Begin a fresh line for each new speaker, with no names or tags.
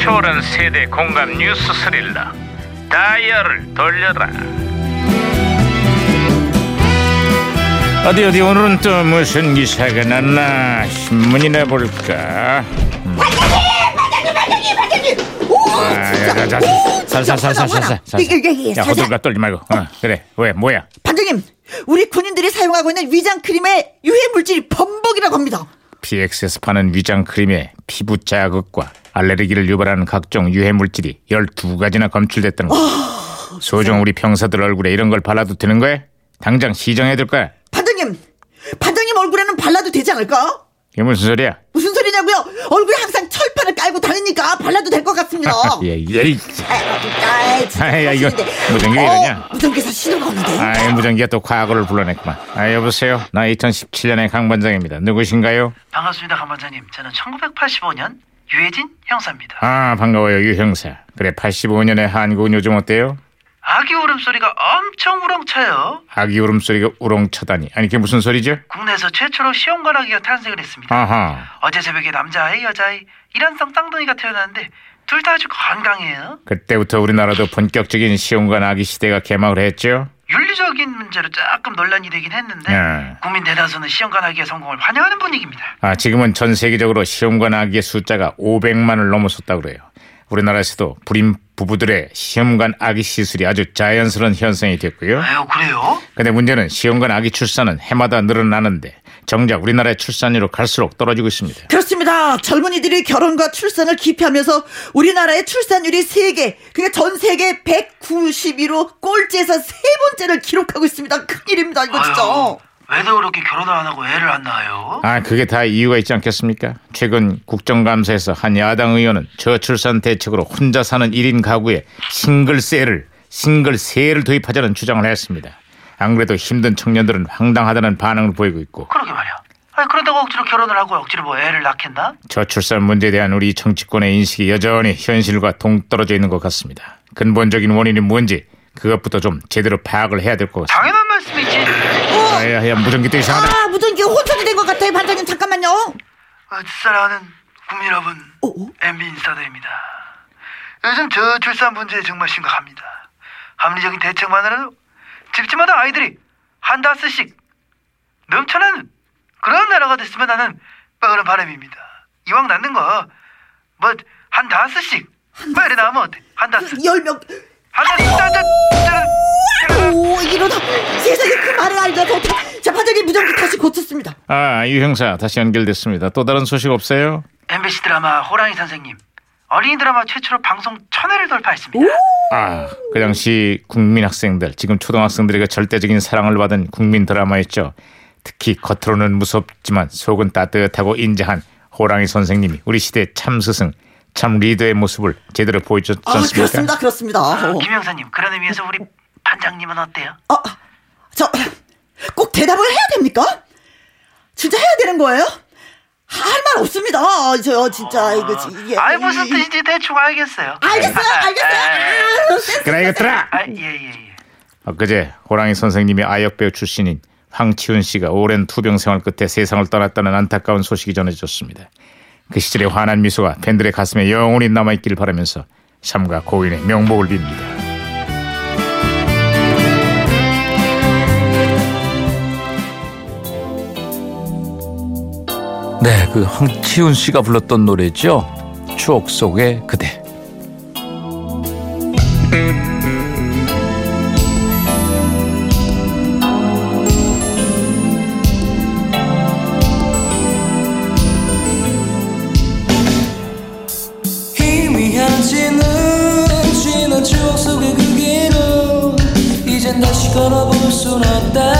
초월한 세대 공감 뉴스 스릴러 다이얼을 돌려라 어디 어디 오늘은 또 무슨 기사가 났나 신문이나 볼까 음. 아, 반장님 반장님 반장님 반장님 오 살살살살살살
이게, 이게, 이게
야
살살.
호들갑 떨지 말고 어, 그래 왜 뭐야
반장님, 우리 군인들이 사용하고 있는 위장 크림의 유해 물질이 범벅이라고 합니다.
PX에서 파는 위장 크림에 피부 자극과 알레르기를 유발하는 각종 유해 물질이 12가지나 검출됐다는 거. 소정 우리 병사들 얼굴에 이런 걸 발라도 되는 거야? 당장 시정해 둘 거야.
반장님, 반장님 얼굴에는 발라도 되지 않을까?
이게 무슨 소리야?
무슨 소리냐고요? 얼굴에 항상 철판을 깔고 다니니까 발라도 될 것 같습니다.
예, 예.
아이, 진짜
아, 야, 이거
사실인데.
무전기가
어,
이러냐?
무전기에서 신호가 오는데.
아, 무전기가 또 과거를 불러냈구만. 아, 여보세요. 나 2017년의 강 반장입니다. 누구신가요?
반갑습니다, 감반장님. 저는 1985년 유해진 형사입니다.
아, 반가워요, 유 형사. 그래, 85년의 한국은 요즘 어때요?
아기 울음소리가 엄청 우렁차요.
아기 울음소리가 우렁차다니. 아니, 이게 무슨 소리죠?
국내에서 최초로 시험관 아기가 탄생을 했습니다.
아하.
어제 새벽에 남자아이, 여자아이, 일란성 쌍둥이가 태어났는데 둘 다 아주 건강해요.
그때부터 우리나라도 본격적인 시험관 아기 시대가 개막을 했죠.
윤리적인 문제로 조금 논란이 되긴 했는데
예.
국민 대다수는 시험관 아기의 성공을 환영하는 분위기입니다.
아, 지금은 전 세계적으로 시험관 아기의 숫자가 500만을 넘어섰다고 그래요. 우리나라에서도 불임 부부들의 시험관 아기 시술이 아주 자연스러운 현상이 됐고요.
아유, 그래요?
근데 문제는 시험관 아기 출산은 해마다 늘어나는데 정작 우리나라의 출산율은 갈수록 떨어지고 있습니다.
그렇습니다. 젊은이들이 결혼과 출산을 기피하면서 우리나라의 출산율이 세계, 그게 전 세계 191호 꼴찌에서 세 번째를 기록하고 있습니다. 큰일입니다, 이거 진짜. 어.
아유, 왜들 그렇게 결혼을 안 하고 애를 안 낳아요?
아, 그게 다 이유가 있지 않겠습니까? 최근 국정감사에서 한 야당 의원은 저출산 대책으로 혼자 사는 1인 가구에 싱글세를, 싱글세를 도입하자는 주장을 했습니다. 안 그래도 힘든 청년들은 황당하다는 반응을 보이고 있고
그러게 말이야. 아니, 그런다고 억지로 결혼을 하고 억지로 뭐 애를 낳겠나?
저출산 문제에 대한 우리 정치권의 인식이 여전히 현실과 동떨어져 있는 것 같습니다. 근본적인 원인이 뭔지 그것부터 좀 제대로 파악을 해야 될 것 같습니다.
당연한 말씀이지.
아야, 예. 야, 무전기 또 이상하다.
아, 무전기 혼선이 된 것 같아요, 반장님. 잠깐만요. 어,
아, 사랑하는 국민 여러분,
오?
MB 인사드립니다. 요즘 저출산 문제 정말 심각합니다. 합리적인 대책만으로 집집마다 아이들이 한 다스씩 넘쳐나는 그런 나라가 됐으면 하는 빠른 바람입니다. 이왕 낳는 거, 뭐, 한 다스씩, 빨리 나면 어때? 한 다스.
열 명.
한 다스, 짜, 짜, 짜.
오, 이러다 세상에 그 말을 알다가 어떻게. 자, 반장님 무전기 다시 고쳤습니다.
아, 유 형사 다시 연결됐습니다. 또 다른 소식 없어요?
MBC 드라마 호랑이 선생님. 어린이 드라마 최초로 방송 천회를 돌파했습니다.
아, 그 당시 국민 학생들, 지금 초등학생들에게 절대적인 사랑을 받은 국민 드라마였죠. 특히 겉으로는 무섭지만 속은 따뜻하고 인자한 호랑이 선생님이 우리 시대 참 스승, 참 리더의 모습을 제대로 보여줬지
아,
않습니까?
그렇습니다, 그렇습니다. 어.
김 형사님, 그런 의미에서 우리 반장님은 어때요?
아, 저, 꼭 대답을 해야 됩니까? 진짜 해야 되는 거예요? 할 말 없습니다. 저, 진짜, 이거, 지- 이게.
아이 무슨 뜻인지 대충 아, 알겠어요.
알겠어요, 알겠어요. 아, 센스
그래 이것들아!
아예예 예.
엊그제 호랑이 선생님이 아역배우 출신인 황치훈 씨가 오랜 투병 생활 끝에 세상을 떠났다는 안타까운 소식이 전해졌습니다. 그 시절의 환한 미소가 팬들의 가슴에 영원히 남아있길 바라면서 삼가 고인의 명복을 빕니다.
네, 그 황치훈 씨가 불렀던 노래죠. 추억 속의 그대.
희미한 지는 지난 추억 속의 그 길로 이젠 다시 걸어볼 순 없다 그